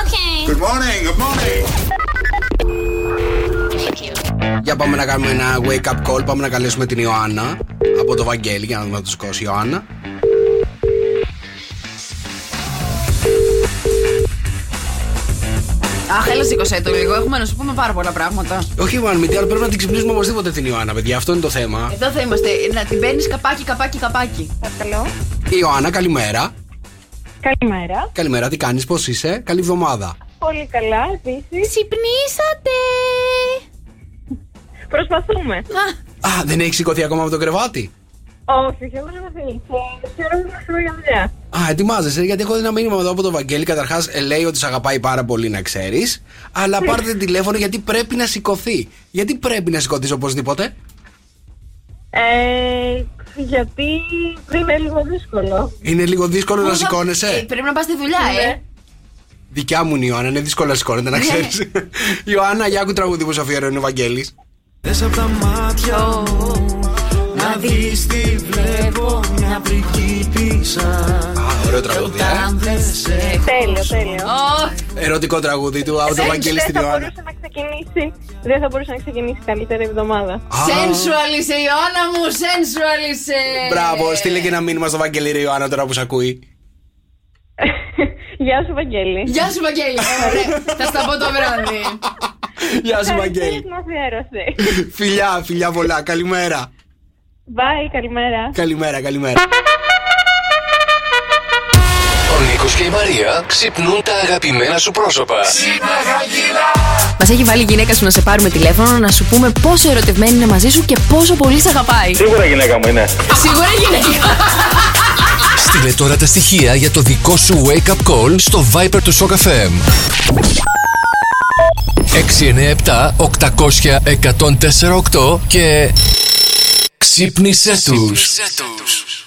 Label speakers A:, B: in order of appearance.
A: Okay.
B: Good morning, good morning.
C: Για πάμε να κάνουμε ένα wake up call. Πάμε να καλέσουμε την Ιωάννα από το Βαγγέλη για να δούμε να το σηκώσει. Ιωάννα.
D: Αχ, έλα σήκωσέ το λίγο. Έχουμε να σου πούμε πάρα πολλά πράγματα.
C: Όχι, Ιωάννα, μη τι άλλο, πρέπει να την ξυπνήσουμε οπωσδήποτε την Ιωάννα, παιδιά. Αυτό είναι το θέμα.
D: Εδώ θα είμαστε. Να την παίρνεις καπάκι, καπάκι, καπάκι.
E: Παρακαλώ.
C: Ιωάννα, καλημέρα.
E: Καλημέρα.
C: Καλημέρα, τι κάνεις, πώς είσαι. Καλή εβδομάδα.
E: Πολύ καλά, επίσης.
D: Ξυπνήσατε!
E: Προσπαθούμε.
C: Α, δεν έχεις σηκωθεί ακόμα από το κρεβάτι.
E: Όχι, έχω γραφεί. Και Ξέρω ότι θα για δουλειά.
C: Α, ετοιμάζεσαι, γιατί έχω ένα μήνυμα εδώ από τον Βαγγέλη. Καταρχάς, λέει ότι σε αγαπάει πάρα πολύ, να ξέρεις. Αλλά πάρτε τηλέφωνο γιατί πρέπει να σηκωθεί. Γιατί πρέπει να σηκωθείς οπωσδήποτε.
E: Ε, γιατί είναι λίγο δύσκολο.
C: Είναι λίγο δύσκολο να
D: Ε,
C: σηκώνεσαι.
D: πρέπει να πας στη δουλειά, ε.
E: Ναι.
C: Δικιά μου είναι η Ιωάννα, είναι δύσκολο να σηκώνεται, να ξέρεις. Ιωάννα, για άκου τραγούδι που σου αφιερώνει ο Βαγγέλης.
F: Δες απ' τα μάτια μου Να δεις τι βλέπω Μια βρική πίσα
C: Α, ωραίο τραγούδι. ε.
E: Ναι. Τέλειο, τέλειο.
D: Ωχ,
C: Ερωτικό τραγούδι του από τον Βαγγέλη
E: Δεν
C: στην
E: θα
C: Ιωάννα.
E: μπορούσε να ξεκινήσει. Δεν θα μπορούσε να ξεκινήσει καλύτερη εβδομάδα.
C: Α,
D: sensual είσαι, Ιωάννα μου, sensual είσαι.
C: Μπράβο, στείλε και ένα μήνυμα στο Βαγγέλη ρε Ιωάννα τώρα που σε ακούει.
E: Γεια σου, Βαγγέλη.
D: Γεια σου, Βαγγέλη. Ωραία, θα στα πω το βράδυ.
C: Γεια σου, Βαγγέλη.
E: Ευχαριστώ την αφιέρωση.
C: Φιλιά, φιλιά πολλά. Καλημέρα.
E: Bye, καλημέρα.
C: Καλημέρα, καλημέρα.
G: Ο Νίκος και η Μαρία ξυπνούν τα αγαπημένα σου πρόσωπα.
H: Μας έχει βάλει η γυναίκα σου να σε πάρουμε τηλέφωνο να σου πούμε πόσο ερωτευμένη είναι μαζί σου και πόσο πολύ σε αγαπάει.
I: Σίγουρα γυναίκα μου είναι.
D: Σίγουρα γυναίκα.
G: Στείλε τώρα τα στοιχεία για το δικό σου wake up call στο Viber του Σοκαφέ. FM. 697-800-1048 και ξύπνησε τους.